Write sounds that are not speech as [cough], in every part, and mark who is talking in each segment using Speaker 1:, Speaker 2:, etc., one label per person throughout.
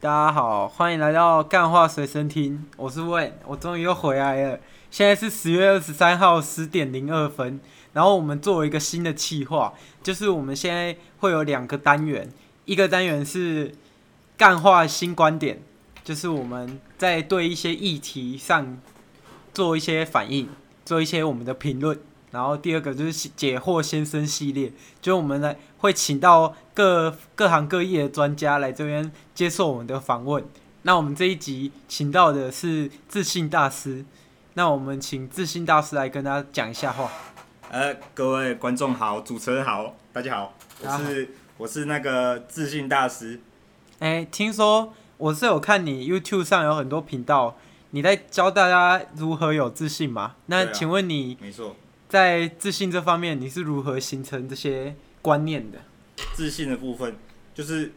Speaker 1: 大家好，欢迎来到干话随身听，我是 Wen，我终于又回来了。现在是十月二十三号十点零二分，然后我们做了一个新的企划，就是我们现在会有两个单元，一个单元是干话新观点，就是我们在对一些议题上做一些反应，做一些我们的评论。然后第二个就是解惑先生系列，就是我们来会请到各各行各业的专家来这边接受我们的访问。那我们这一集请到的是自信大师，那我们请自信大师来跟大家讲一下话。
Speaker 2: 呃，各位观众好，主持人好，大家好，我
Speaker 1: 大家好
Speaker 2: 是我是那个自信大师，
Speaker 1: 哎，听说我是有看你 YouTube 上有很多频道，你在教大家如何有自信嘛？那
Speaker 2: 对啊
Speaker 1: 请问你
Speaker 2: 没错，
Speaker 1: 在自信这方面，你是如何形成这些观念的？
Speaker 2: 自信的部分就是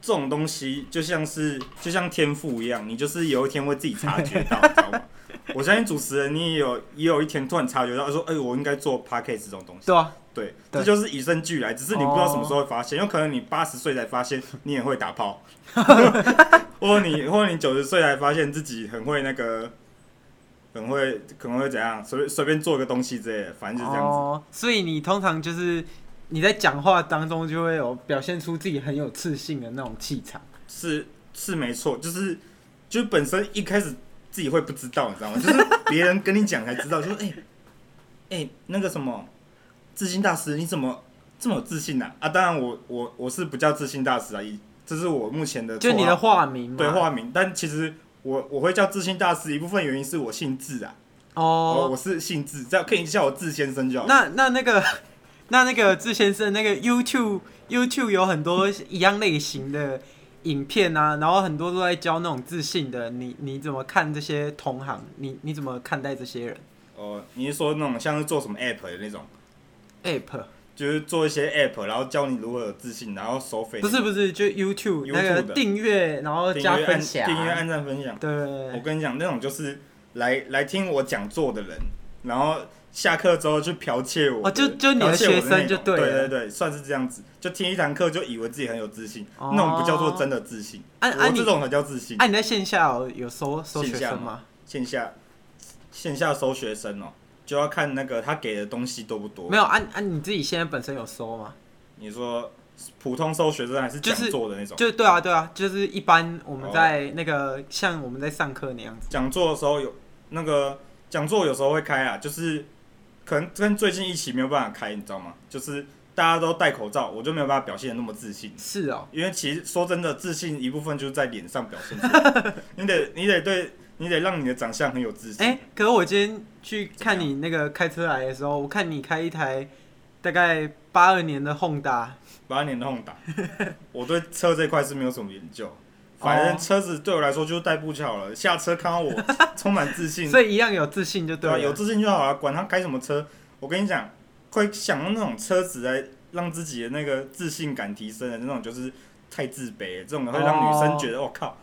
Speaker 2: 这种东西，就像是就像天赋一样，你就是有一天会自己察觉
Speaker 1: [laughs]
Speaker 2: 到，知道吗？我相信主持人你也有也有一天突然察觉到，说，哎、我应该做 p a c k a g e 这种东西，
Speaker 1: 对啊，
Speaker 2: 对，
Speaker 1: 对
Speaker 2: 这就是与生俱来，只是你不知道什么时候会发现，有可能你八十岁才发现你也会打
Speaker 1: [laughs]
Speaker 2: 炮，或者你或者你九十岁才发现自己很会那个，很会可能会怎样，随便随便做个东西之类的，反正就是这样子。
Speaker 1: 哦，所以你通常就是你在讲话当中就会有表现出自己很有自信的那种气场。
Speaker 2: 是是没错，就是就是本身一开始自己会不知道，你知道吗？就是别人跟你讲才知道，就是哎哎、哎那个什么自信大师，你怎么这么有自信啊？啊，当然我我我是不叫自信大师啊，以这是我目前的
Speaker 1: 就你
Speaker 2: 绰号
Speaker 1: 的化名嘛？
Speaker 2: 啊对化名，但其实我我会叫自信大师，一部分原因是我姓智啊，我
Speaker 1: 哦。
Speaker 2: 我是姓智，这样可以叫我智先生就好。
Speaker 1: 那那那个 [laughs] 那那个志先生，那个 YouTube YouTube 有很多一样类型的影片啊，然后很多都在教那种自信的。你你怎么看这些同行？你你怎么看待这些人
Speaker 2: 哦、你是说那种像是做什么 app 的那种，
Speaker 1: ？App
Speaker 2: 就是做一些 app，然后教你如何有自信，然后收费
Speaker 1: 不是不是，就 YouTube 那个
Speaker 2: YouTube 的
Speaker 1: 订阅，然后
Speaker 2: 订
Speaker 1: 加
Speaker 2: 阅按
Speaker 1: 分享，啊
Speaker 2: 订阅按赞分享。我
Speaker 1: 对，
Speaker 2: 跟你讲，那种就是来来听我讲座的人，然后下课之后去剽窃我的
Speaker 1: 哦就就你的
Speaker 2: 剽窃我
Speaker 1: 学生就
Speaker 2: 内容
Speaker 1: 对
Speaker 2: 对
Speaker 1: 了
Speaker 2: 对对，算是这样子，就听一堂课就以为自己很有自信，
Speaker 1: 哦
Speaker 2: 那种不叫做真的自信，
Speaker 1: 按
Speaker 2: 我
Speaker 1: 按啊你
Speaker 2: 这种才叫自信。
Speaker 1: 哎、你在线下有有收收学
Speaker 2: 线下
Speaker 1: 生
Speaker 2: 吗
Speaker 1: 吗？
Speaker 2: 线下线下收学生哦，就要看那个他给的东西多不多。
Speaker 1: 没有，按、啊、按、你自己现在本身有收吗？
Speaker 2: 你说普通收学生还是
Speaker 1: 就
Speaker 2: 讲
Speaker 1: 是
Speaker 2: 座的那种？
Speaker 1: 就对啊，对啊，就是一般我们
Speaker 2: 哦
Speaker 1: 在那个、像我们在上课那样子。
Speaker 2: 讲座的时候有那个讲座有时候会开啊，就是可能跟最近疫情没有办法开，你知道吗？就是大家都戴口罩，我就没有办法表现的那么自信。
Speaker 1: 是哦，
Speaker 2: 因为其实说真的，自信一部分就是在脸上表现出来，
Speaker 1: [laughs]
Speaker 2: 你得你得对你得让你的长相很有自信。
Speaker 1: 哎、可是我今天去看
Speaker 2: 怎
Speaker 1: 你那个开车来的时候，我看你开一台大概八二年的 Honda，
Speaker 2: 把你弄 [laughs] 打。我对车这块是没有什么研究，反正车子对我来说就是代步就好了。下车看到我充满自信，
Speaker 1: 所以一样有自信就
Speaker 2: [laughs] 对
Speaker 1: 了。
Speaker 2: 啊？有自信就好了，管他开什么车。我跟你讲，会想用那种车子来让自己的那个自信感提升的那种，就是太自卑了，这种会让女生觉得我、哦靠，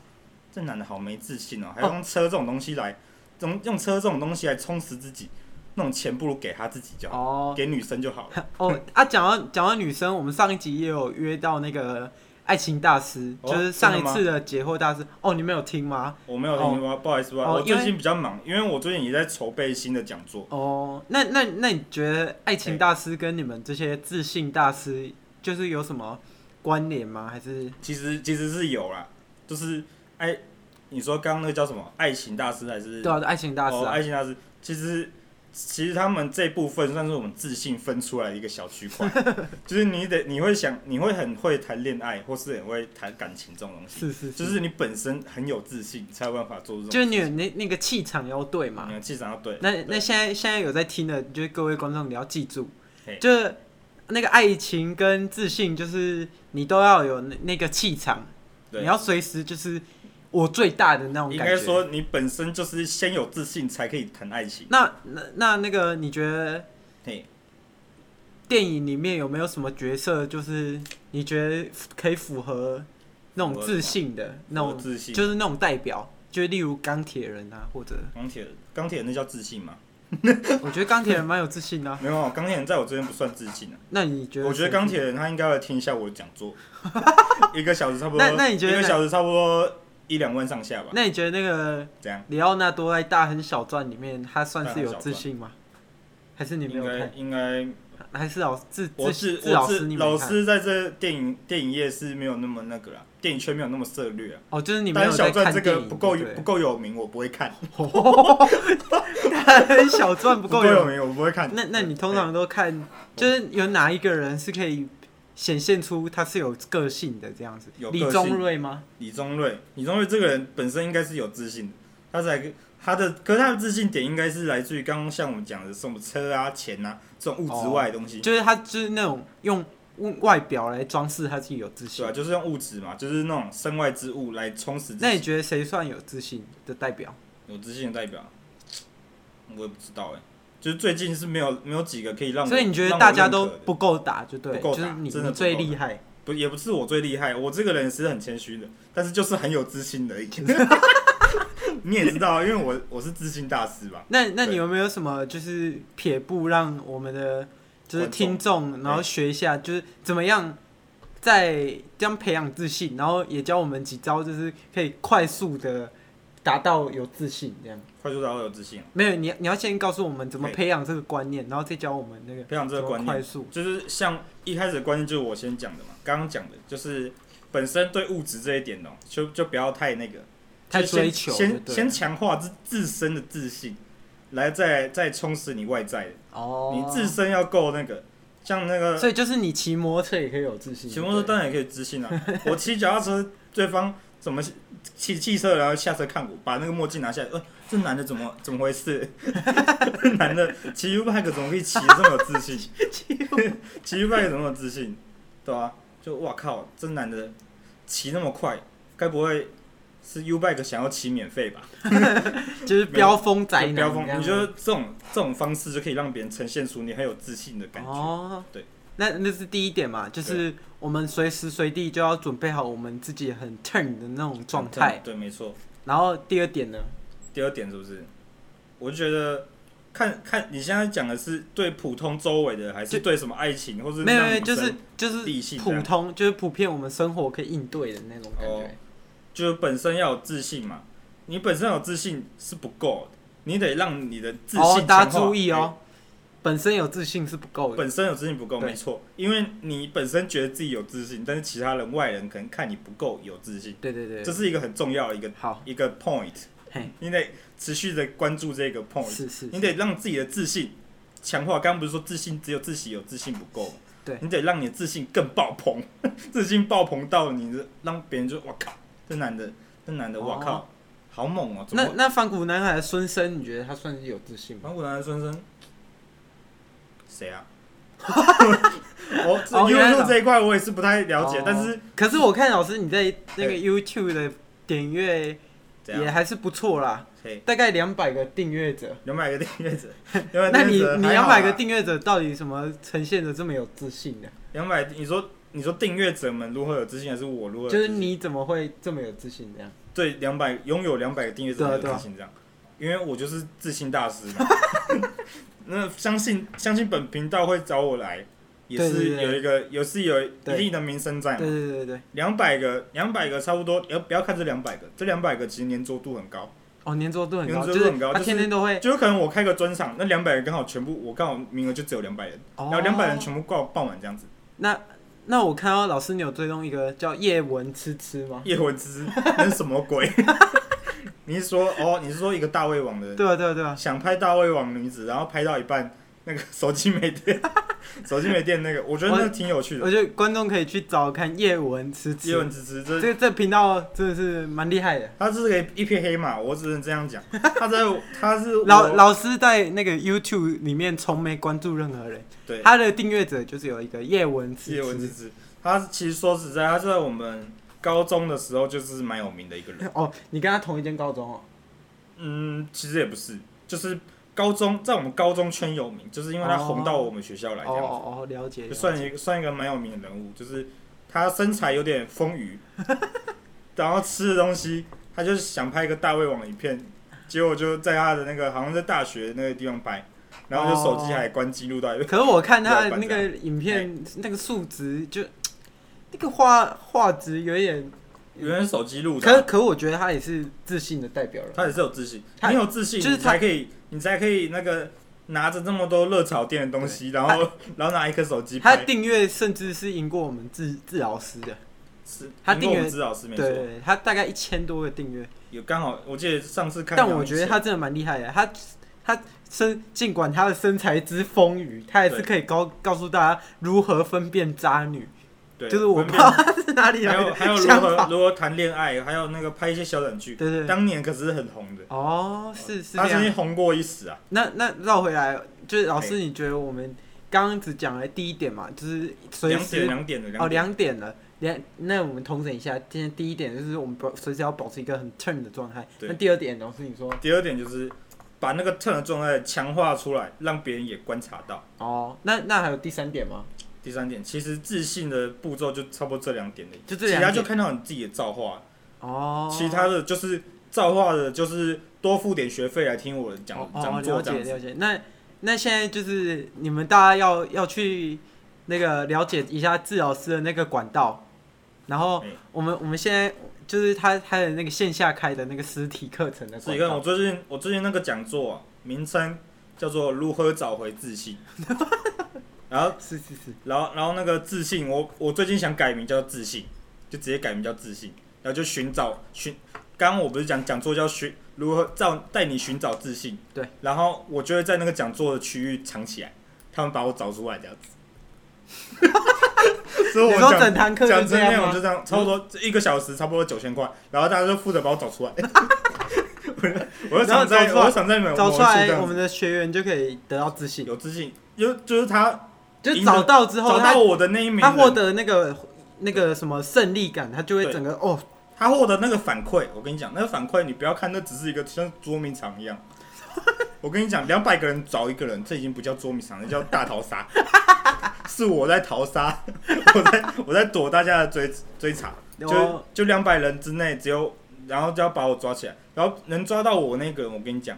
Speaker 2: 这男的好没自信哦，还用车这种东西来，用用车这种东西来充实自己，那种钱不如给他自己就好，
Speaker 1: 哦
Speaker 2: 给女生就好了。
Speaker 1: 哦啊，讲到讲到女生，我们上一集也有约到那个爱情大师，
Speaker 2: 哦
Speaker 1: 就是上一
Speaker 2: 真的吗
Speaker 1: 次的解惑大师。哦，你们有听吗？
Speaker 2: 我没有听过，不好意思，不好意思，
Speaker 1: 哦
Speaker 2: 我
Speaker 1: 因为
Speaker 2: 最近比较忙，因为我最近也在筹备新的讲座。
Speaker 1: 哦，那那那你觉得爱情大师跟你们这些自信大师就是有什么关联吗？还是
Speaker 2: 其实其实是有啦，就是爱，你说刚刚那个叫什么爱情大师还是？
Speaker 1: 对啊，爱情大师
Speaker 2: 哦，
Speaker 1: 啊？
Speaker 2: 爱情大师，其实其实他们这部分算是我们自信分出来的一个小区
Speaker 1: [laughs]
Speaker 2: 块，就是你得你会想，你会很会谈恋爱，或是很会谈感情这种东西，
Speaker 1: 是是
Speaker 2: 就是你本身很有自信，才有办法做出这
Speaker 1: 就是
Speaker 2: 种
Speaker 1: 你
Speaker 2: 事
Speaker 1: 有
Speaker 2: 情。
Speaker 1: 那那个气场要对嘛
Speaker 2: 你。的气场要对，
Speaker 1: 那
Speaker 2: 对
Speaker 1: 那现在现在有在听的，就是各位观众你要记住
Speaker 2: 嘿，
Speaker 1: 就是那个爱情跟自信，就是你都要有那那个气场，
Speaker 2: 对
Speaker 1: 你要随时就是我最大的那种
Speaker 2: 应
Speaker 1: 感
Speaker 2: 该
Speaker 1: 觉。
Speaker 2: 说你本身就是先有自信才可以谈爱情。
Speaker 1: 那那那那个你觉得
Speaker 2: 嘿，
Speaker 1: 电影里面有没有什么角色，就是你觉得可以符合那种自信的那
Speaker 2: 有
Speaker 1: 种，
Speaker 2: 自信， [laughs]
Speaker 1: 就是那种代表，就例如钢铁人啊，或者
Speaker 2: 钢铁钢铁那叫自信嘛？
Speaker 1: 我觉得钢铁人蛮有自信的啊、
Speaker 2: 没有，钢铁人在我这边不算致敬啊。
Speaker 1: 那你觉得？
Speaker 2: 我觉得钢。铁人他应该要听一下我的讲座，一个小时差不多。
Speaker 1: 那那 [laughs] 你觉得
Speaker 2: 一个
Speaker 1: 哪
Speaker 2: 小时差不多一两万上下吧？
Speaker 1: 那你觉得那个
Speaker 2: 这样
Speaker 1: 里奥纳多在《大亨小传》里面，他算是有自信吗？还是你没
Speaker 2: 应
Speaker 1: 有
Speaker 2: 该
Speaker 1: 看？
Speaker 2: 应该，
Speaker 1: 还是老自
Speaker 2: 我
Speaker 1: 自
Speaker 2: 是
Speaker 1: 自
Speaker 2: 我
Speaker 1: 老
Speaker 2: 是
Speaker 1: 师你没
Speaker 2: 老
Speaker 1: 看？
Speaker 2: 师在这电影电影业是没有那么那个啦，电影圈没有那么涉略啊。
Speaker 1: 哦，就是你没
Speaker 2: 但
Speaker 1: 有
Speaker 2: 是小
Speaker 1: 在
Speaker 2: 传
Speaker 1: 看
Speaker 2: 这
Speaker 1: 电
Speaker 2: 个
Speaker 1: 影，
Speaker 2: 不够
Speaker 1: 对
Speaker 2: 不够有名，我不会看，
Speaker 1: 《大亨 [laughs] 小传》不
Speaker 2: 不
Speaker 1: 够
Speaker 2: 够
Speaker 1: 有
Speaker 2: 有。名我不会看。
Speaker 1: 那那你通常都看，就是有哪一个人是可以显现出他是有个性的这样子？
Speaker 2: 有个
Speaker 1: 李
Speaker 2: 性
Speaker 1: 宗瑞吗？
Speaker 2: 李宗瑞，李宗瑞这个人本身应该是有自信的，他才他的，可是他的自信点应该是来自于刚刚像我们讲的什么车啊、钱啊这种物质外的东西，
Speaker 1: 就是他就是那种用外表来装饰他自己有自
Speaker 2: 对
Speaker 1: 信
Speaker 2: 啊，。就是用物质嘛，就是那种身外之物来充实自
Speaker 1: 那你
Speaker 2: 己。
Speaker 1: 觉得谁算有自信的代表？
Speaker 2: 有自信的代表，我也不知道哎、就是最近是没有没有几个可以让我，
Speaker 1: 所以你觉得
Speaker 2: 让我
Speaker 1: 大家都
Speaker 2: 认可的
Speaker 1: 不够打，就对，
Speaker 2: 不够
Speaker 1: 就
Speaker 2: 打
Speaker 1: 是你
Speaker 2: 真的
Speaker 1: 你
Speaker 2: 不够打
Speaker 1: 最厉害。
Speaker 2: 不也不是我最厉害，我这个人是很谦虚的，但是就是很有自信的。
Speaker 1: [laughs]
Speaker 2: 你也知道，因为我我是自信大师吧。
Speaker 1: 那那你
Speaker 2: 对
Speaker 1: 有没有什么就是撇步让我们的就是
Speaker 2: 观众
Speaker 1: 听众，然后学一下，就是怎么样在这样培养自信，然后也教我们几招，就是可以快速的达到有自信这样。
Speaker 2: 快速达到有自信，啊
Speaker 1: 没有，你你要先告诉我们怎么
Speaker 2: 可以
Speaker 1: 培养这个观念，然后再教我们那个
Speaker 2: 培养这个
Speaker 1: 怎么
Speaker 2: 观念
Speaker 1: 快速。
Speaker 2: 就是像一开始的观念就是我先讲的嘛，刚刚讲的就是本身对物质这一点哦、就就不要太那个，
Speaker 1: 太
Speaker 2: 就是先
Speaker 1: 追求就
Speaker 2: 先
Speaker 1: 对
Speaker 2: 先
Speaker 1: 了
Speaker 2: 强化自自身的自信，来再再充实你外在的，
Speaker 1: 哦，
Speaker 2: 你自身要够那个，像那个
Speaker 1: 所以就是你骑摩托车也可以有自信。
Speaker 2: 骑摩托车
Speaker 1: 对
Speaker 2: 当然也可以自信啊， [laughs] 我骑脚踏车，对方怎么骑汽车，然后下车看我，把那个墨镜拿下来，呃，这男的怎么怎么回事？ [laughs] 这男的骑 U bike 怎么可以骑得这么有自信？
Speaker 1: [laughs]
Speaker 2: [laughs] 骑 U bike 怎么有自信？对啊，就哇靠，这男的骑那么快，该不会是 U bike 想要骑免费吧？
Speaker 1: 就是飙风宅
Speaker 2: 就
Speaker 1: 男这
Speaker 2: 不要
Speaker 1: 样子，
Speaker 2: 疯，你觉得这种这种方式就可以让别人呈现出你很有自信的感觉？
Speaker 1: 哦，
Speaker 2: 对，
Speaker 1: 那那是第一点嘛，就是我们随时随地就要准备好我们自己很 turn 的那种状态。
Speaker 2: 对，没错。
Speaker 1: 然后第二点呢，
Speaker 2: 第二点是不是？我就觉得看看你现在讲的是对普通周围的，还是对什么爱情，或是
Speaker 1: 没有
Speaker 2: 让
Speaker 1: 没有，
Speaker 2: 女
Speaker 1: 就
Speaker 2: 生
Speaker 1: 是就是
Speaker 2: 理性这
Speaker 1: 普
Speaker 2: 样
Speaker 1: 通，就是普遍我们生活可以应对的那种感
Speaker 2: 哦
Speaker 1: 觉。
Speaker 2: 就是本身要有自信嘛。你本身有自信是不够的，你得让你的自信、
Speaker 1: 哦，大家注意哦，本身有自信是不够
Speaker 2: 对，
Speaker 1: 的。
Speaker 2: 本身有自信不够，
Speaker 1: 对
Speaker 2: 没错，因为你本身觉得自己有自信，但是其他人外人可能看你不够有自信，
Speaker 1: 对对对对，
Speaker 2: 这是一个很重要的一个
Speaker 1: 好，
Speaker 2: 一个 point，
Speaker 1: 嘿，
Speaker 2: 你得持续的关注这个 point，
Speaker 1: 是是，
Speaker 2: 哦你得让自己的自信强化。刚刚不是说自信只有自己有自信不够，
Speaker 1: 对
Speaker 2: 你得让你的自信更爆棚，自信爆棚到你的让别人就哇靠，这男的，这男的，
Speaker 1: 哦
Speaker 2: 哇靠，好猛哦！怎么
Speaker 1: 那
Speaker 2: 会？
Speaker 1: 那反骨男孩的孙生，你觉得他算是有自信吗？
Speaker 2: 反骨男的孙生，
Speaker 1: [laughs]
Speaker 2: 谁啊？我这
Speaker 1: 哦原来
Speaker 2: YouTube 这一块我也是不太了解
Speaker 1: 哦，
Speaker 2: 但是
Speaker 1: 可是我看老师你在那个
Speaker 2: 嘿
Speaker 1: YouTube 的点阅
Speaker 2: 怎
Speaker 1: 也
Speaker 2: 样？
Speaker 1: 还是不错啦，
Speaker 2: 嘿，
Speaker 1: 大概两百个订阅者。
Speaker 2: 两百个订阅者，
Speaker 1: [laughs] 那
Speaker 2: 两百
Speaker 1: 你你两百个
Speaker 2: 订
Speaker 1: 订阅者到底什么呈现的这么有自信呢、
Speaker 2: 两百，200你说你说订阅者们如何有自信，还是我如何有
Speaker 1: 就是
Speaker 2: 自信
Speaker 1: 你怎么会这么有自信这样？
Speaker 2: 对两百拥有两百个订阅者
Speaker 1: 对啊
Speaker 2: 的
Speaker 1: 对啊
Speaker 2: 自信这样，因为我就是自信大师
Speaker 1: [laughs]
Speaker 2: 嘛。那相信相信本频道会找我来，也
Speaker 1: 对对
Speaker 2: 是
Speaker 1: 对
Speaker 2: 有一个有是有
Speaker 1: 对
Speaker 2: 一定的名声在
Speaker 1: 对
Speaker 2: 嘛。
Speaker 1: 对对对，
Speaker 2: 两百个两百个差不多，要不要看这两百个？这两百个其实粘着度很高，
Speaker 1: 哦，粘着度很高，
Speaker 2: 粘着
Speaker 1: 就
Speaker 2: 度
Speaker 1: 是
Speaker 2: 很高
Speaker 1: 他
Speaker 2: 就是
Speaker 1: 天天都会，
Speaker 2: 就有可能我开个专场，那两百人刚好全部我刚好名额就只有两百人，
Speaker 1: 哦
Speaker 2: 然后两百人全部爆爆满这样子。
Speaker 1: 那那我看到老师你有追踪一个叫叶文吃吃吗？
Speaker 2: 叶文之那是什么鬼？ [laughs] 你是说哦？你是说一个大胃王的
Speaker 1: 对啊对啊对啊，
Speaker 2: 想拍大胃王女子，然后拍到一半，那个手机没电，
Speaker 1: [laughs]
Speaker 2: 手机没电那个，我觉得那个挺有趣的。
Speaker 1: 我觉得观众可以去找看叶文吃吃
Speaker 2: 叶，问之之，这
Speaker 1: 这这频道真的是蛮厉害的。
Speaker 2: 他是个一匹黑马，我只能这
Speaker 1: [laughs]
Speaker 2: 样讲。他在他是我
Speaker 1: 老老师在那个 YouTube 里面从没关注任何人，
Speaker 2: 对
Speaker 1: 他的订阅者就是有一个叶文吃
Speaker 2: 叶问之
Speaker 1: 吃。
Speaker 2: 之，他其实说实在，他是在我们高中的时候就是蛮有名的一个人。
Speaker 1: 哦，你跟他同一间高中哦？
Speaker 2: 嗯，其实也不是，就是高中在我们高中圈有名，就是因为他
Speaker 1: 哦
Speaker 2: 红到我们学校来
Speaker 1: 哦
Speaker 2: 这样子。
Speaker 1: 哦哦，了解。了
Speaker 2: 就
Speaker 1: 解
Speaker 2: 算一个算一个蛮有名的人物，就是他身材有
Speaker 1: [laughs]
Speaker 2: 点丰腴，然后吃的东西，他就是想拍一个大胃王的影片，结果就在他的那个好像在大学那个地方拍，然后就手机还关机录到一半，
Speaker 1: 可是我看他的那个影片，
Speaker 2: 哎
Speaker 1: 那个数值就那个画画质有点，
Speaker 2: 原来是手机录的
Speaker 1: 可
Speaker 2: 啊，
Speaker 1: 可我觉得他也是自信的代表人。
Speaker 2: 他也是有自信，
Speaker 1: 他
Speaker 2: 你有自信，
Speaker 1: 就是
Speaker 2: 你
Speaker 1: 他
Speaker 2: 才可以，你才可以那个拿着这么多热炒店的东西，
Speaker 1: [laughs]
Speaker 2: 然后然后拿一颗手机
Speaker 1: 他
Speaker 2: 拍
Speaker 1: 的，订阅甚至是赢过我们治治疗师的，
Speaker 2: 是
Speaker 1: 他
Speaker 2: 因
Speaker 1: 订
Speaker 2: 为我
Speaker 1: 阅
Speaker 2: 们知道是没错，
Speaker 1: 对他大概一千多个订阅，
Speaker 2: 有刚好我记得上次看，
Speaker 1: 但我觉得他真的蛮厉害的。他他身尽管他的身材之丰腴，他也是
Speaker 2: 对
Speaker 1: 可以告告诉大家如何分辨渣女，
Speaker 2: 对，
Speaker 1: 就是我
Speaker 2: 分
Speaker 1: 不
Speaker 2: 辨
Speaker 1: 知道他是哪里
Speaker 2: 还
Speaker 1: 来 [laughs]
Speaker 2: 有
Speaker 1: 的
Speaker 2: 还有如
Speaker 1: 想
Speaker 2: 何
Speaker 1: 法。
Speaker 2: 如何谈恋爱，还有那个拍一些小短剧，
Speaker 1: 对对对，
Speaker 2: 当年可是很红的，
Speaker 1: 哦，是是
Speaker 2: 他
Speaker 1: 这样
Speaker 2: 曾经。红过一时啊。
Speaker 1: 那那绕回来，就是老师，
Speaker 2: 哎
Speaker 1: 你觉得我们刚刚只讲了第一点嘛，就是随
Speaker 2: 两点
Speaker 1: 时
Speaker 2: 两点的
Speaker 1: 哦
Speaker 2: 两点，
Speaker 1: 两点了。两，那我们统整一下，今天第一点就是我们保随时要保持一个很 turn 的状态。
Speaker 2: 对
Speaker 1: 那第二点，老师你说
Speaker 2: 第二点就是把那个 turn 的状态强化出来，让别人也观察到。
Speaker 1: 哦，那那还有第三点吗？
Speaker 2: 第三点，其实自信的步骤就差不多这两点而已
Speaker 1: 就这
Speaker 2: 其
Speaker 1: 两
Speaker 2: 他
Speaker 1: 点
Speaker 2: 就看到你自己的造化，
Speaker 1: 哦，
Speaker 2: 其他的就是造化的，就是多付点学费来听我讲
Speaker 1: 哦哦
Speaker 2: 讲
Speaker 1: 了
Speaker 2: 座这
Speaker 1: 解
Speaker 2: 样
Speaker 1: 了
Speaker 2: 子。
Speaker 1: 解。那那现在就是你们大家要要去那个了解一下治疗师的那个管道，然后
Speaker 2: 哎
Speaker 1: 我们我们现在就是他他的那个线下开的那个实体课程的
Speaker 2: 所以
Speaker 1: 管
Speaker 2: 看我
Speaker 1: 道，
Speaker 2: 最近我最近那个讲座、啊、名称叫做如何找回自
Speaker 1: [laughs]
Speaker 2: 信，然后
Speaker 1: 是是是，
Speaker 2: 然后然后那个自信，我我最近想改名叫自信，就直接改名叫自信，然后就寻找寻，刚刚我不是讲讲座叫寻如何照带你寻找自信，
Speaker 1: 对，
Speaker 2: 然后我就会在那个讲座的区域藏起来，他们把我找出来这
Speaker 1: [laughs]
Speaker 2: 样子。所以
Speaker 1: 你
Speaker 2: 我
Speaker 1: 说
Speaker 2: 讲
Speaker 1: 整堂课
Speaker 2: 讲
Speaker 1: 就这
Speaker 2: 这内
Speaker 1: 样
Speaker 2: 容
Speaker 1: 吗
Speaker 2: 就？这样，差不多一个小时，差不多九千块，然后大家就负责把我找出来。 [laughs] 我
Speaker 1: 然后
Speaker 2: 就想在，
Speaker 1: 找出来
Speaker 2: 我就想在你们
Speaker 1: 找
Speaker 2: 某
Speaker 1: 出
Speaker 2: 处这
Speaker 1: 来，
Speaker 2: 样
Speaker 1: 我
Speaker 2: 子
Speaker 1: 们的学员就可以得到自信，
Speaker 2: 有自信，就就是他
Speaker 1: 就是找到之后
Speaker 2: 找
Speaker 1: 他
Speaker 2: 到我的那一名人，
Speaker 1: 他获得那个那个什么胜利感，他就会
Speaker 2: 对
Speaker 1: 整个哦
Speaker 2: 他获得那个反馈，我跟你讲，那个反馈你不要看，那只是一个像捉迷藏一样。 [laughs] 我跟你讲，两百个人找一个人，这已经不叫捉迷藏，那叫大逃杀。 [laughs] 是我在逃杀，我在我在躲大家的追追查，就
Speaker 1: 哦
Speaker 2: 就两百人之内只有，然后就要把我抓起来，然后能抓到我那个人，我跟你讲，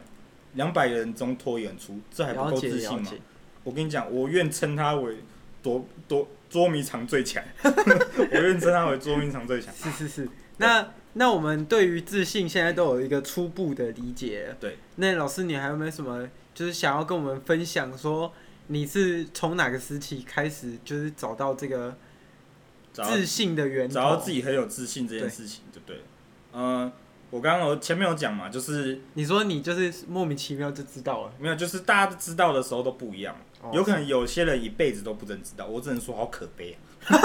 Speaker 2: 两百人中脱颖而出，这还不
Speaker 1: 了
Speaker 2: 够
Speaker 1: 解
Speaker 2: 自信
Speaker 1: 了
Speaker 2: 吗
Speaker 1: 解？。
Speaker 2: 我跟你讲，我愿称他为躲躲捉迷藏最强， [laughs] 我愿称他为捉迷藏最强。
Speaker 1: 是是是，那那我们对于自信现在都有一个初步的理解了。
Speaker 2: 对，
Speaker 1: 那老师你还有没有什么就是想要跟我们分享说？你是从哪个时期开始，就是找到这个
Speaker 2: 找到
Speaker 1: 自信的源头？
Speaker 2: 找到自己很有自信这件事情，对不对？嗯、我刚刚我前面有讲嘛，就是
Speaker 1: 你说你就是莫名其妙就知道了，
Speaker 2: 没有，就是大家都知道的时候都不一样，
Speaker 1: 哦
Speaker 2: 有可能有些人一辈子都不曾知道，我只能说好可悲、
Speaker 1: [laughs]
Speaker 2: 啊，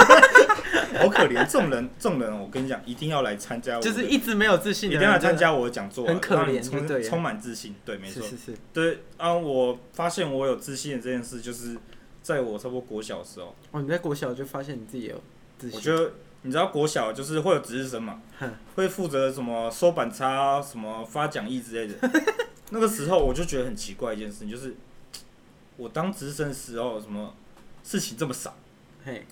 Speaker 2: 好可怜，这种人，这种人，我跟你讲，一定要来参加我的，
Speaker 1: 就是一直没有自信
Speaker 2: 一
Speaker 1: 的人，
Speaker 2: 定要来参加我的讲座啊、
Speaker 1: 很可
Speaker 2: 让你
Speaker 1: 怜就对
Speaker 2: 充
Speaker 1: 了
Speaker 2: 充满自信，对，没
Speaker 1: 就
Speaker 2: 错
Speaker 1: 是。，是是是，
Speaker 2: 对啊，我发现我有自信的这件事，就是在我差不多国小的时候，
Speaker 1: 哦，你在国小就发现你自己有自
Speaker 2: 我
Speaker 1: 信，
Speaker 2: 觉得你知道国小就是会有值日生嘛
Speaker 1: 哼，
Speaker 2: 会负责什么收板擦啊、什么发讲义之类的。
Speaker 1: [laughs]
Speaker 2: 那个时候我就觉得很奇怪一件事情，就是我当值日生的时候，什么事情这么少，
Speaker 1: 嘿，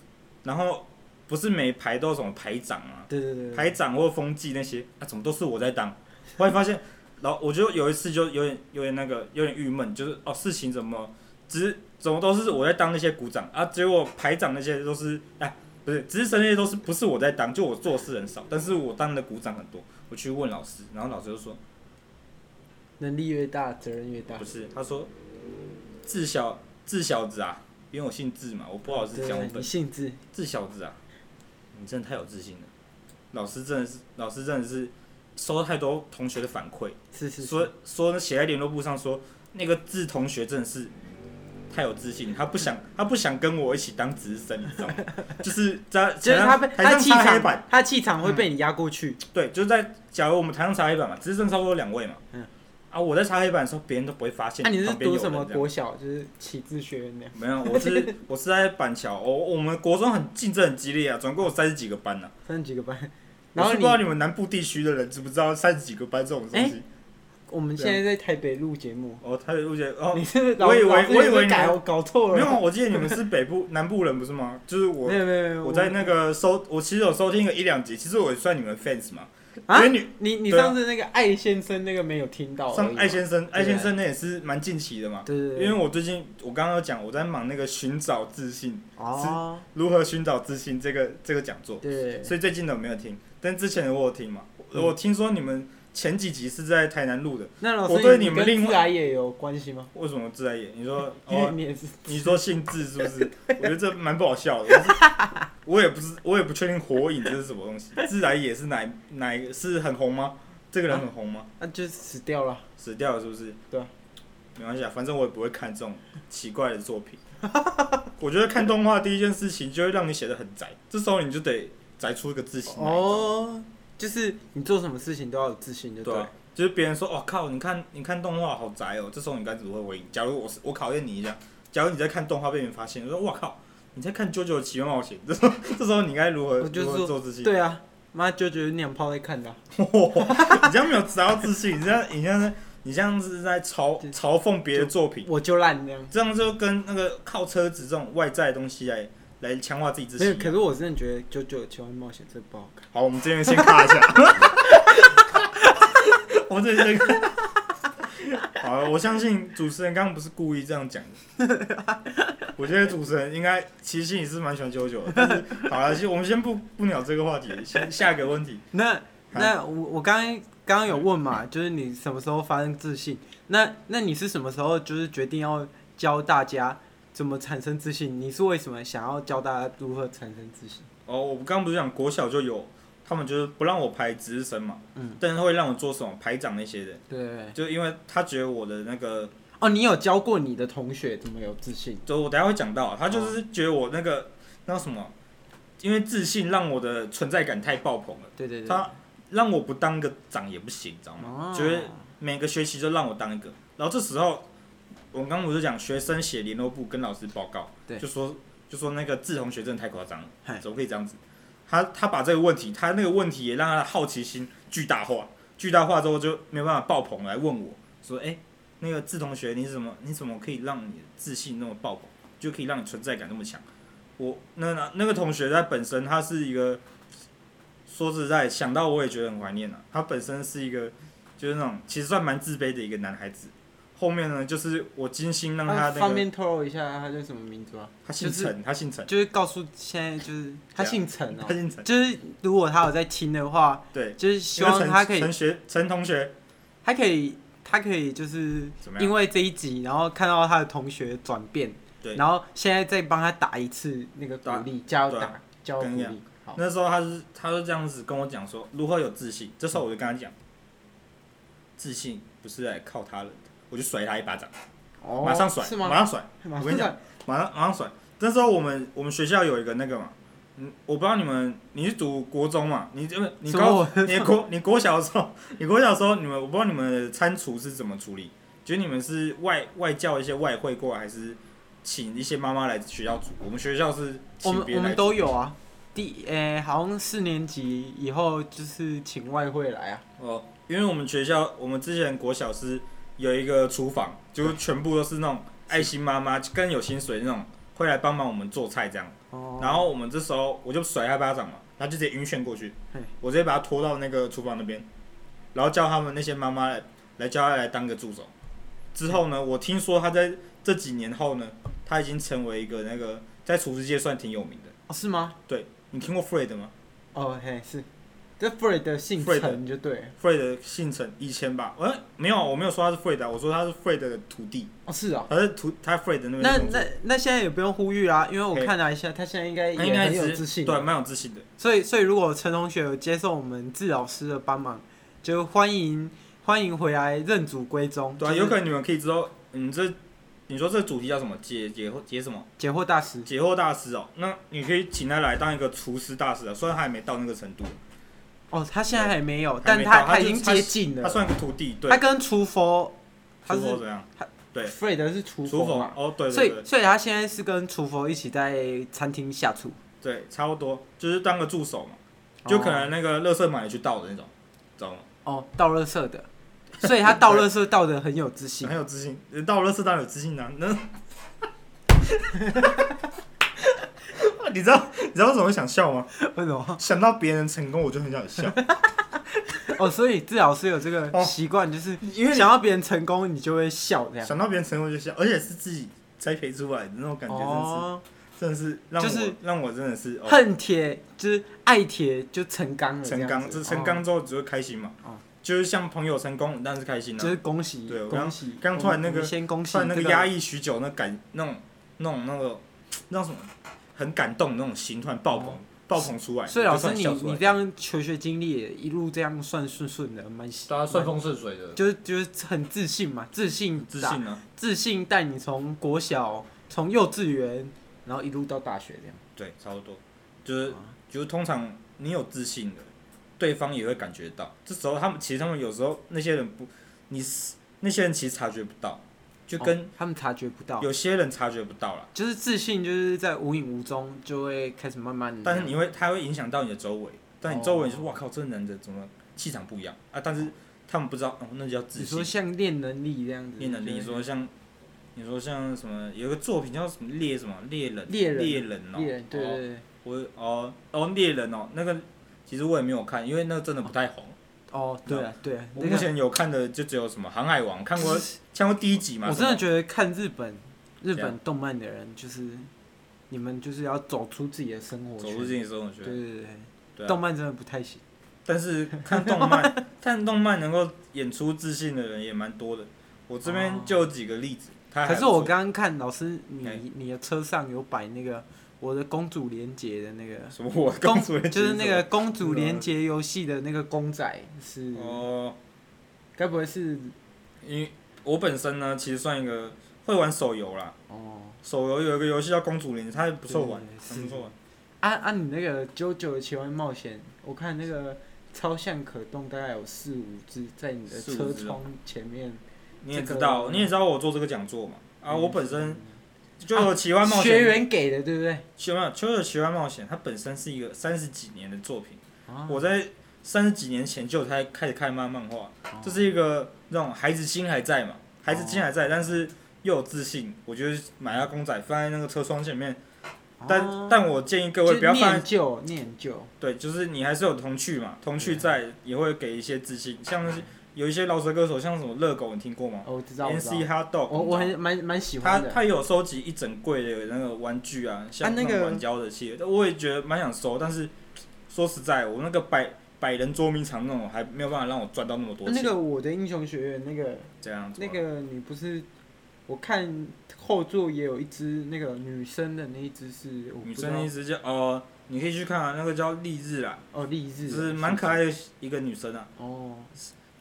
Speaker 2: 然后不是每排都有什么排长啊，
Speaker 1: 对对对对，
Speaker 2: 排长或风纪那些，啊，怎么都是我在当？后来发现，然后我就有一次就有点有点那个有点郁闷，就是哦，事情怎么只怎么都是我在当那些股长啊，结果排长那些都是哎，不是值日生那些都是不是我在当，就我做事很少，但是我当的股长很多。我去问老师，然后老师就说
Speaker 1: 能力越大，责任越大
Speaker 2: 不，是，他说志小志小子啊，因为我姓志嘛，我不好意思
Speaker 1: 对
Speaker 2: 讲我
Speaker 1: 对，
Speaker 2: 本
Speaker 1: 你性质，
Speaker 2: 这小子啊，你真的太有自信了。老师真的是，老师真的是收到太多同学的反馈，
Speaker 1: 是是
Speaker 2: 说
Speaker 1: 是，
Speaker 2: 说写在联络簿上说，那个志同学真的是太有自信，他不想他不想跟我一起当值日生，你知
Speaker 1: [laughs]
Speaker 2: 道吗？就是在
Speaker 1: 就是他被
Speaker 2: 台上
Speaker 1: 他
Speaker 2: 台
Speaker 1: 气
Speaker 2: 上擦黑
Speaker 1: 场
Speaker 2: 板，，嗯
Speaker 1: 他气场会被你压过去，
Speaker 2: 对，就是在假如我们台上擦黑板嘛，值日生差不多两位嘛，
Speaker 1: 嗯
Speaker 2: 啊，我在擦黑板的时候，别人都不会发现
Speaker 1: 那、你是
Speaker 2: 旁边有
Speaker 1: 读
Speaker 2: 人这
Speaker 1: 什
Speaker 2: 样，
Speaker 1: 么国小？就是启智学院那样。
Speaker 2: 没有，我是 [laughs] 我是在板桥，我我们国中很竞争很激烈啊，总共有三十几个班呢、
Speaker 1: 三十几个班，
Speaker 2: 我
Speaker 1: 然后
Speaker 2: 是不
Speaker 1: 你
Speaker 2: 知道你们南部地区的人知不知道三十几个班这种东西。
Speaker 1: 我们现在在台北录节目，
Speaker 2: 哦，台北路线啊哦
Speaker 1: 你，是
Speaker 2: 我以为
Speaker 1: 老师
Speaker 2: 我以为你
Speaker 1: 改我搞错
Speaker 2: 没有
Speaker 1: 了，
Speaker 2: 啊，我记得你们是北部南部人不
Speaker 1: [laughs]
Speaker 2: 是吗？就是我
Speaker 1: 没有没有没有，
Speaker 2: 我在那个收，我其实有收听个一两集，其实我也算你们 fans 嘛。因为女
Speaker 1: 你你
Speaker 2: 对啊
Speaker 1: 上次那个艾先生那个哦没有听到而已嘛，
Speaker 2: 上艾先生，艾
Speaker 1: 对
Speaker 2: 先生那也是蛮近期的嘛。
Speaker 1: 对对
Speaker 2: 因
Speaker 1: 对，
Speaker 2: 为我最近我刚刚有讲，我在忙那个寻找自信，
Speaker 1: 哦，
Speaker 2: 如何寻找自信这个这个讲座，
Speaker 1: 对，
Speaker 2: 所以最近的我没有听，但之前的我有听嘛。
Speaker 1: 嗯
Speaker 2: 我听说你们前几集是在台南录的，
Speaker 1: 那老师
Speaker 2: 我对你
Speaker 1: 你
Speaker 2: 们
Speaker 1: 跟
Speaker 2: 另外
Speaker 1: 自来也有关系吗？
Speaker 2: 为什么自来也？你说
Speaker 1: 因为
Speaker 2: 哦，
Speaker 1: 你也是
Speaker 2: 你说姓字是不
Speaker 1: [laughs]
Speaker 2: 是？我觉得这蛮不好笑的。我是 [laughs] 我也不是，我也不确定火影这是什么东西。自来也是哪哪一个是很红吗？这个人很红吗？
Speaker 1: 那就死掉了。
Speaker 2: 死掉了是不是？
Speaker 1: 啊对啊，
Speaker 2: 没关系啊，反正我也不会看这种奇怪的作
Speaker 1: [laughs]
Speaker 2: 品。我觉得看动画第一件事情就会让你写的很宅，这时候你就得宅出一个自信来。
Speaker 1: 哦，就是你做什么事情都要有自信，就
Speaker 2: 对
Speaker 1: 对
Speaker 2: 啊。，就是别人说哦靠，你看你看动画好宅哦，这时候你该怎么会回应？假如我是我考验你一下，假如你在看动画被人发现，我说哇靠，你在看《啾啾的奇妙冒险》，这时候这时候你该如何
Speaker 1: 我就
Speaker 2: 如
Speaker 1: 说
Speaker 2: 何做自信？
Speaker 1: 对啊，妈就觉得娘炮在看的啊。
Speaker 2: 你这样没有找到自信，你这样你这样在你这样是在嘲
Speaker 1: 就
Speaker 2: 嘲讽别的作品。
Speaker 1: 我就烂那样。
Speaker 2: 这样就跟那个靠车子这种外在的东西来来强化自己自
Speaker 1: 没有，
Speaker 2: 信一啊
Speaker 1: 可
Speaker 2: 样。
Speaker 1: 是我真的觉得《九九奇幻冒险》这不好看。
Speaker 2: 好，我们这边先卡一下。 [laughs] 我们这边先看。 [laughs] 好，我相信主持人刚刚不是故意这样讲的。我觉得主持人应该其实心里是蛮喜欢九九的，但是好了，其实我们先不不聊这个话题，先下一个问题。
Speaker 1: 那那我我刚刚刚刚有问嘛，就是你什么时候发生自信？那那你是什么时候就是决定要教大家怎么产生自信？你是为什么想要教大家如何产生自信？
Speaker 2: 哦，我刚刚不是讲国小就有，他们就是不让我排值日生嘛，
Speaker 1: 嗯，
Speaker 2: 但是会让我做什么排长那些人，
Speaker 1: 对。
Speaker 2: 就因为他觉得我的那个
Speaker 1: 哦，你有教过你的同学怎么有自信？
Speaker 2: 就我等一下会讲到，他就是觉得我那个那什么，因为自信让我的存在感太爆棚了，
Speaker 1: 对对对。
Speaker 2: 他让我不当个长也不行，你知道
Speaker 1: 哦
Speaker 2: 吗？觉得每个学期就让我当一个，然后这时候我刚刚不是讲学生写联络簿跟老师报告，
Speaker 1: 对
Speaker 2: 就说就说那个志同学真的太夸张
Speaker 1: 嗨
Speaker 2: 了，怎么可以这样子？他他把这个问题，他那个问题也让他的好奇心巨大化，巨大化之后就没有办法爆棚来问我说，哎、那个志同学，你怎么你怎么可以让你的自信那么爆棚，就可以让你存在感那么强？我那那那个同学他本身他是一个，说实在想到我也觉得很怀念啊，他本身是一个就是那种其实算蛮自卑的一个男孩子。后面呢，就是我精心让他
Speaker 1: 那
Speaker 2: 那
Speaker 1: 方
Speaker 2: 个
Speaker 1: 便透露一下他叫什么名字吗？
Speaker 2: 他姓陈，他姓陈，
Speaker 1: 就是告诉现在就是他姓陈哦
Speaker 2: 他，姓陈，
Speaker 1: 就是如果他有在听的话，
Speaker 2: 对，
Speaker 1: 就是希望他可以
Speaker 2: 陈学陈同学
Speaker 1: 他可以，他可以就是
Speaker 2: 怎么样？
Speaker 1: 因为这一集，然后看到他的同学转变，
Speaker 2: 对
Speaker 1: 然后现在再帮他打一次那个鼓励，加油
Speaker 2: 对啊
Speaker 1: 打，加油鼓
Speaker 2: 跟你讲
Speaker 1: 励，好，
Speaker 2: 那时候他是他就这样子跟我讲说如何有自信，这时候我就跟他讲，自信不是来靠他人的，我就甩他一巴掌，
Speaker 1: 哦
Speaker 2: 马上甩，
Speaker 1: 是
Speaker 2: 马
Speaker 1: 吗？
Speaker 2: 上甩，
Speaker 1: 马
Speaker 2: 我
Speaker 1: 上
Speaker 2: 跟你讲
Speaker 1: 甩，
Speaker 2: 马上马上甩。那时候我们我们学校有一个那个嘛，嗯，我不知道你们你是读国中嘛，你这你
Speaker 1: 什么
Speaker 2: 高 [laughs] 你国你国小的时候，你国小的时候你们我不知道你们的餐厨是怎么处理，就是你们是外外教一些外汇过来，还是请一些妈妈来学校煮？我们学校是
Speaker 1: 我
Speaker 2: 请
Speaker 1: 们我
Speaker 2: 别人来
Speaker 1: 们
Speaker 2: 煮。
Speaker 1: 都有啊。第诶、好像四年级以后就是请外汇来啊，
Speaker 2: 哦，因为我们学校，我们之前国小是有一个厨房，就是全部都是那种爱心妈妈跟有薪水那种会来帮忙我们做菜这样。
Speaker 1: 哦，
Speaker 2: 然后我们这时候我就甩他巴掌嘛，他就直接晕眩过去
Speaker 1: 嘿，
Speaker 2: 我直接把他拖到那个厨房那边，然后叫他们那些妈妈来来叫他来当个助手。之后呢，我听说他在这几年后呢，他已经成为一个那个在厨师界算挺有名的。
Speaker 1: 哦是吗？
Speaker 2: 你听过 Fred 吗
Speaker 1: 哦嘿是，这 Fred 的姓
Speaker 2: Fred
Speaker 1: 陈就对了，
Speaker 2: ？Fred 姓陈，以前吧，哎、没有，我没有说他是 Fred，啊我说他是 Fred 的徒弟。
Speaker 1: 哦是啊、
Speaker 2: 他是图他 Fred 那边
Speaker 1: 那
Speaker 2: 的工作
Speaker 1: 那那现在也不用呼吁啊啦，因为我
Speaker 2: 嘿
Speaker 1: 看了一下，他现在应该
Speaker 2: 他应
Speaker 1: 也
Speaker 2: 该
Speaker 1: 很有
Speaker 2: 是
Speaker 1: 自信啊了，
Speaker 2: 嗯对，蛮有自信的。
Speaker 1: 所以，所以如果陈同学有接受我们治老师的帮忙，就欢迎欢迎回来认祖归宗。
Speaker 2: 对啊，
Speaker 1: 就是
Speaker 2: 有可能你们可以知道，嗯，这你说这主题叫什么？解解惑解什么？
Speaker 1: 解惑大师。
Speaker 2: 解惑大师哦。那你可以请他来当一个厨师大师啊，虽然他还没到那个程度，
Speaker 1: 哦，他现在还没有，
Speaker 2: 还
Speaker 1: 但
Speaker 2: 没到
Speaker 1: 他
Speaker 2: 他
Speaker 1: 已
Speaker 2: 就
Speaker 1: 经
Speaker 2: 是他
Speaker 1: 接近
Speaker 2: 他
Speaker 1: 了。
Speaker 2: 算个徒弟，对
Speaker 1: 他。跟厨佛，他
Speaker 2: 厨佛
Speaker 1: 是
Speaker 2: 怎样？对
Speaker 1: Fred 是厨
Speaker 2: 厨
Speaker 1: 佛
Speaker 2: 佛
Speaker 1: 嘛，
Speaker 2: 哦，对
Speaker 1: 所
Speaker 2: 对
Speaker 1: 以
Speaker 2: 对
Speaker 1: 所以他现在是跟厨佛一起在餐厅下厨。
Speaker 2: 对，差不多就是当个助手嘛，就可能那个垃圾买去倒的那种，知道吗？
Speaker 1: 哦，倒垃圾的，所以他倒垃圾倒的很有自信
Speaker 2: [laughs] 很。有自信，呃到了适当有自信的、啊。
Speaker 1: [laughs]
Speaker 2: 那，你知道你知道为什么会想笑吗？
Speaker 1: 为什么？ [laughs]
Speaker 2: 想到别人成功，我就很想笑。
Speaker 1: 哦，所以至少是有这个
Speaker 2: 哦
Speaker 1: 习惯，就是
Speaker 2: 因为你
Speaker 1: 想要别人成功，你就会笑这样。
Speaker 2: 想到别人成功就笑，而且是自己栽培出来的那种感觉，
Speaker 1: 哦，
Speaker 2: 真的是，真的是
Speaker 1: 就
Speaker 2: 让我、
Speaker 1: 是
Speaker 2: 让我真的是、哦、
Speaker 1: 恨铁就是爱铁就成钢了这
Speaker 2: 成
Speaker 1: 样
Speaker 2: 刚，
Speaker 1: 子，
Speaker 2: 这成
Speaker 1: 哦
Speaker 2: 刚之后只会开心嘛，
Speaker 1: 哦
Speaker 2: 就是像朋友成功，当然是开心了、
Speaker 1: 就是恭喜，
Speaker 2: 对我刚
Speaker 1: 恭喜！
Speaker 2: 刚突然那个
Speaker 1: 我们先恭喜
Speaker 2: 突然那
Speaker 1: 这
Speaker 2: 个
Speaker 1: 个
Speaker 2: 压抑许久，那感那种那种那个那种什么很感动那种心，突然爆棚、
Speaker 1: 哦
Speaker 2: 爆棚出来，
Speaker 1: 所以老师
Speaker 2: 就突然
Speaker 1: 你
Speaker 2: 笑出来
Speaker 1: 你这样求学经历也一路这样算顺顺的，蛮喜
Speaker 2: 啊
Speaker 3: 大家顺风顺水的。
Speaker 1: 就是就是很自信嘛，自信
Speaker 2: 自
Speaker 1: 打
Speaker 2: 信啊呢、
Speaker 1: 自信带你从国小从幼稚园，然后一路到大学这样。
Speaker 2: 对，差不多，
Speaker 1: 哦
Speaker 2: 就是就是通常你有自信的，对方也会感觉到。这时候他们其实他们有时候那些人不，你是那些人其实察觉不到，就跟
Speaker 1: 哦他们察觉不到，
Speaker 2: 有些人察觉不到啦，
Speaker 1: 就是自信就是在无影无踪就会开始慢慢地这
Speaker 2: 但
Speaker 1: 样。
Speaker 2: 是你会它会影响到你的周围，但你周围
Speaker 1: 哦
Speaker 2: 就是哇靠，这男的怎么气场不一样啊？但是他们不知道哦，那就叫自
Speaker 1: 你说
Speaker 2: 信。
Speaker 1: 像练能力这样子，
Speaker 2: 念能力，
Speaker 1: 就
Speaker 2: 你
Speaker 1: 是
Speaker 2: 说像你说像什么有个作品叫什么猎什么猎人
Speaker 1: 猎人啊
Speaker 2: 猎人哦，
Speaker 1: 猎人，对
Speaker 2: 哦
Speaker 1: 对对，
Speaker 2: 我哦哦猎人哦，那个其实我也没有看，因为那个真的不太红。
Speaker 1: 哦对啊对啊，
Speaker 2: 我
Speaker 1: 那
Speaker 2: 目
Speaker 1: 个
Speaker 2: 前有看的就只有什么《航海王》，看过看过第一集嘛？
Speaker 1: 我
Speaker 2: 什
Speaker 1: 真
Speaker 2: 么
Speaker 1: 的觉得看日本日
Speaker 2: 这样
Speaker 1: 本动漫的人，就是你们就是要走出自己的生活
Speaker 2: 走
Speaker 1: 圈，
Speaker 2: 入自己生活
Speaker 1: 对
Speaker 2: 圈，
Speaker 1: 对对
Speaker 2: 对
Speaker 1: 对，
Speaker 2: 啊
Speaker 1: 动漫真的不太行。
Speaker 2: 但是看动漫， [laughs] 看动漫能够演出自信的人也蛮多的。我这边
Speaker 1: 哦
Speaker 2: 就有几个例子，他
Speaker 1: 可是我刚刚看老师
Speaker 2: 哎
Speaker 1: 你你的车上有摆那个我的公主连结的那个
Speaker 2: 什么我公主人
Speaker 1: 哦就是那个公
Speaker 2: 是
Speaker 1: 主
Speaker 2: 吗
Speaker 1: 连结游戏的那个公仔是，
Speaker 2: 哦，
Speaker 1: 该不会是
Speaker 2: 因为我本身呢其实算一个会玩手游啦，
Speaker 1: 哦
Speaker 2: 手游有一个游戏叫《公主连结》，它不错玩，
Speaker 1: 对
Speaker 2: 很不错玩。
Speaker 1: 啊啊你那个《九九的奇幻冒险》，我看那个超像可动大概有四五只在你的
Speaker 2: 四五
Speaker 1: 车
Speaker 2: 只哦
Speaker 1: 窗前面，
Speaker 2: 你也
Speaker 1: 这个
Speaker 2: 知道，你也知道我做这个讲座嘛？啊，
Speaker 1: 嗯啊
Speaker 2: 我本身就有奇幻冒
Speaker 1: 学
Speaker 2: 险，
Speaker 1: 员给的对不对？
Speaker 2: 奇幻就有奇幻冒险，它本身是一个三十几年的作品。
Speaker 1: 啊
Speaker 2: 我在三十几年前就开开始看漫漫画，
Speaker 1: 哦
Speaker 2: 这是一个那种孩子心还在嘛，孩子心还
Speaker 1: 啊
Speaker 2: 在，但是又有自信。我觉得买到公仔放在那个车窗前面，
Speaker 1: 哦
Speaker 2: 但但我建议各位不要
Speaker 1: 就是
Speaker 2: 放
Speaker 1: 念
Speaker 2: 在，
Speaker 1: 旧，念旧，
Speaker 2: 对，就是你还是有童趣嘛，童趣
Speaker 1: 啊
Speaker 2: 在也会给一些自信。像是有一些饶舌歌手，像什么热狗，你听过吗
Speaker 1: 哦，我啊知道，我
Speaker 2: ？N
Speaker 1: 知道
Speaker 2: C Hot Dog，
Speaker 1: 我我很蛮蛮喜
Speaker 2: 他
Speaker 1: 欢的。
Speaker 2: 他有收集一整柜的那个玩具啊，像
Speaker 1: 那
Speaker 2: 那
Speaker 1: 个
Speaker 2: 种玩胶的系列，但我也觉得蛮想收，但是说实在，我那个百百人捉迷藏那种还没有办法让我赚到那么多
Speaker 1: 啊
Speaker 2: 钱。
Speaker 1: 那个我的英雄学院那个
Speaker 2: 这样子啊
Speaker 1: 那个你不是，我看后座也有一只那个女生的那一只是我不
Speaker 2: 女
Speaker 1: 知道
Speaker 2: 生一直叫哦，你可以去看啊，那个叫丽日啦，
Speaker 1: 哦励志
Speaker 2: 就
Speaker 1: 的，
Speaker 2: 是蛮可爱的一个女生啊。
Speaker 1: 哦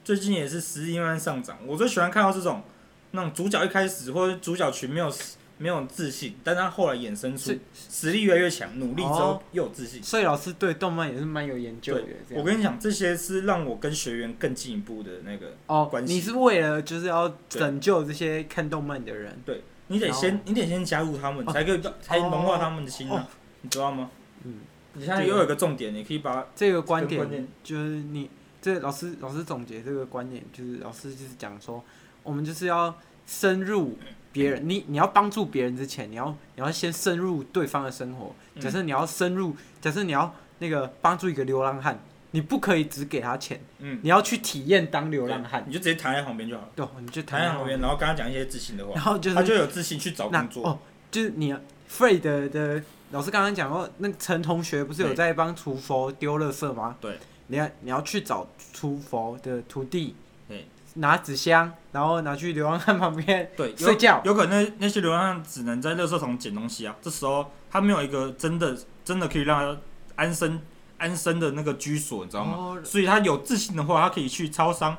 Speaker 2: 最近也是实力慢慢上涨，我最喜欢看到这种那种主角一开始或者主角群没有没有自信，但他后来衍生出
Speaker 1: 是
Speaker 2: 实力越来越强，努力之后
Speaker 1: 哦
Speaker 2: 又有自信。
Speaker 1: 所以老师对动漫也是蛮有研究的
Speaker 2: 对，
Speaker 1: 这
Speaker 2: 我
Speaker 1: 样。
Speaker 2: 跟你讲，这些是让我跟学员更进一步的那个。
Speaker 1: 哦，
Speaker 2: 关系
Speaker 1: 你是为了就是要拯救这些看动漫的人，
Speaker 2: 对，你得先
Speaker 1: 然，
Speaker 2: 你得先加入他们，
Speaker 1: 哦
Speaker 2: 才可以才能融化他们的心啊，你知道吗？
Speaker 1: 嗯，
Speaker 2: 你现在又有一个重点，你可以把
Speaker 1: 这个观
Speaker 2: 这个观点
Speaker 1: 点就是你这老师老师总结这个观点，就是老师就是讲说，我们就是要深入别人，你你要帮助别人之前，你要你要先深入对方的生活。
Speaker 2: 嗯
Speaker 1: 假设你要深入，假设你要那个帮助一个流浪汉，你不可以只给他钱，
Speaker 2: 嗯
Speaker 1: 你要去体验当流浪汉
Speaker 2: 对。你就直接躺在旁边就好了，
Speaker 1: 对，哦你就谈
Speaker 2: 躺在
Speaker 1: 恋爱
Speaker 2: 旁边，然后跟他讲一些自信的
Speaker 1: 然
Speaker 2: 话，
Speaker 1: 后就是
Speaker 2: 他就有自信去找
Speaker 1: 那
Speaker 2: 工作。
Speaker 1: 哦，就是你 Free 的的老师刚刚讲过，那陈同学不是有
Speaker 2: 对
Speaker 1: 在帮厨佛丢垃圾吗？
Speaker 2: 对，
Speaker 1: 你要你要去找厨佛的徒弟
Speaker 2: 对，
Speaker 1: 拿纸箱，然后拿去流浪汉旁边
Speaker 2: 对，有
Speaker 1: 睡觉。
Speaker 2: 有可能那那些流浪汉只能在垃圾桶捡东西啊，这时候他没有一个真的真的可以让他安身安身的那个居所，你知道吗？
Speaker 1: 哦
Speaker 2: 所以他有自信的话，他可以去超商。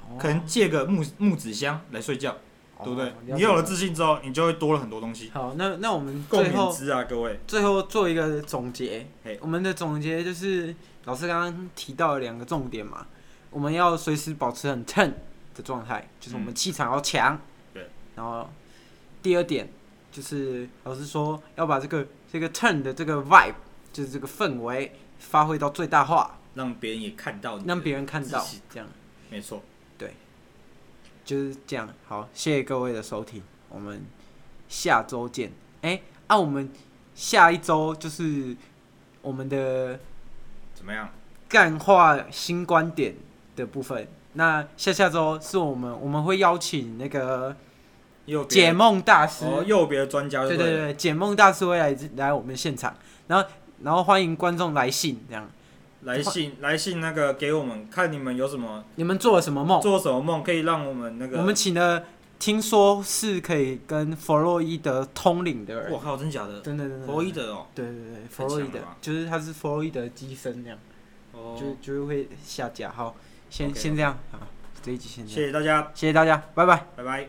Speaker 1: 哦
Speaker 2: 可能借个木木纸箱来睡觉，对不对
Speaker 1: 哦？解
Speaker 2: 你有了自信之后，你就会多了很多东西，
Speaker 1: 好，那那我们
Speaker 2: 够
Speaker 1: 最
Speaker 2: 明
Speaker 1: 后
Speaker 2: 知啊，各位。
Speaker 1: 最后做一个总结
Speaker 2: 嘿。
Speaker 1: 我们的总结就是老师刚刚提到了两个重点嘛，我们要随时保持很 ten 的状态，就是我们气场要强。
Speaker 2: 嗯对。
Speaker 1: 然后第二点就是老师说要把这个这个 ten 的这个 vibe，就是这个氛围发挥到最大化，
Speaker 2: 让别人也看到你，
Speaker 1: 让别人看到
Speaker 2: 自信，
Speaker 1: 这样
Speaker 2: 没错，
Speaker 1: 就是这样。好，谢谢各位的收听，我们下周见。哎、啊，我们下一周就是我们的。
Speaker 2: 怎么样？
Speaker 1: 干化新观点的的部分。那下下周是我们我们会邀请那个
Speaker 2: 右边
Speaker 1: 解梦大师，
Speaker 2: 哦，右边的专家
Speaker 1: 对
Speaker 2: 对
Speaker 1: 对
Speaker 2: 对了，
Speaker 1: 对，解梦大师会来来我们现场，然后然后欢迎观众来信，这样
Speaker 2: 来信来信那个给我们，看你们有什么
Speaker 1: 你们做了什么梦？
Speaker 2: 做什么梦，可以让我们那个
Speaker 1: 哦我们请了听说是可以跟弗洛伊德通灵的人
Speaker 2: 我，靠，真假的，
Speaker 1: 真的真的，
Speaker 2: 弗洛伊德哦，
Speaker 1: 对对对，弗
Speaker 2: 太
Speaker 1: 洛伊
Speaker 2: 强
Speaker 1: 德
Speaker 2: 了吧
Speaker 1: 就是他是弗洛伊德机身那样，就
Speaker 2: 哦，
Speaker 1: 就是会下架。好，先
Speaker 2: OK，
Speaker 1: 先这样啊，好这一集先这样，
Speaker 2: 谢谢大家，
Speaker 1: 谢谢大家，拜拜。
Speaker 2: 拜拜。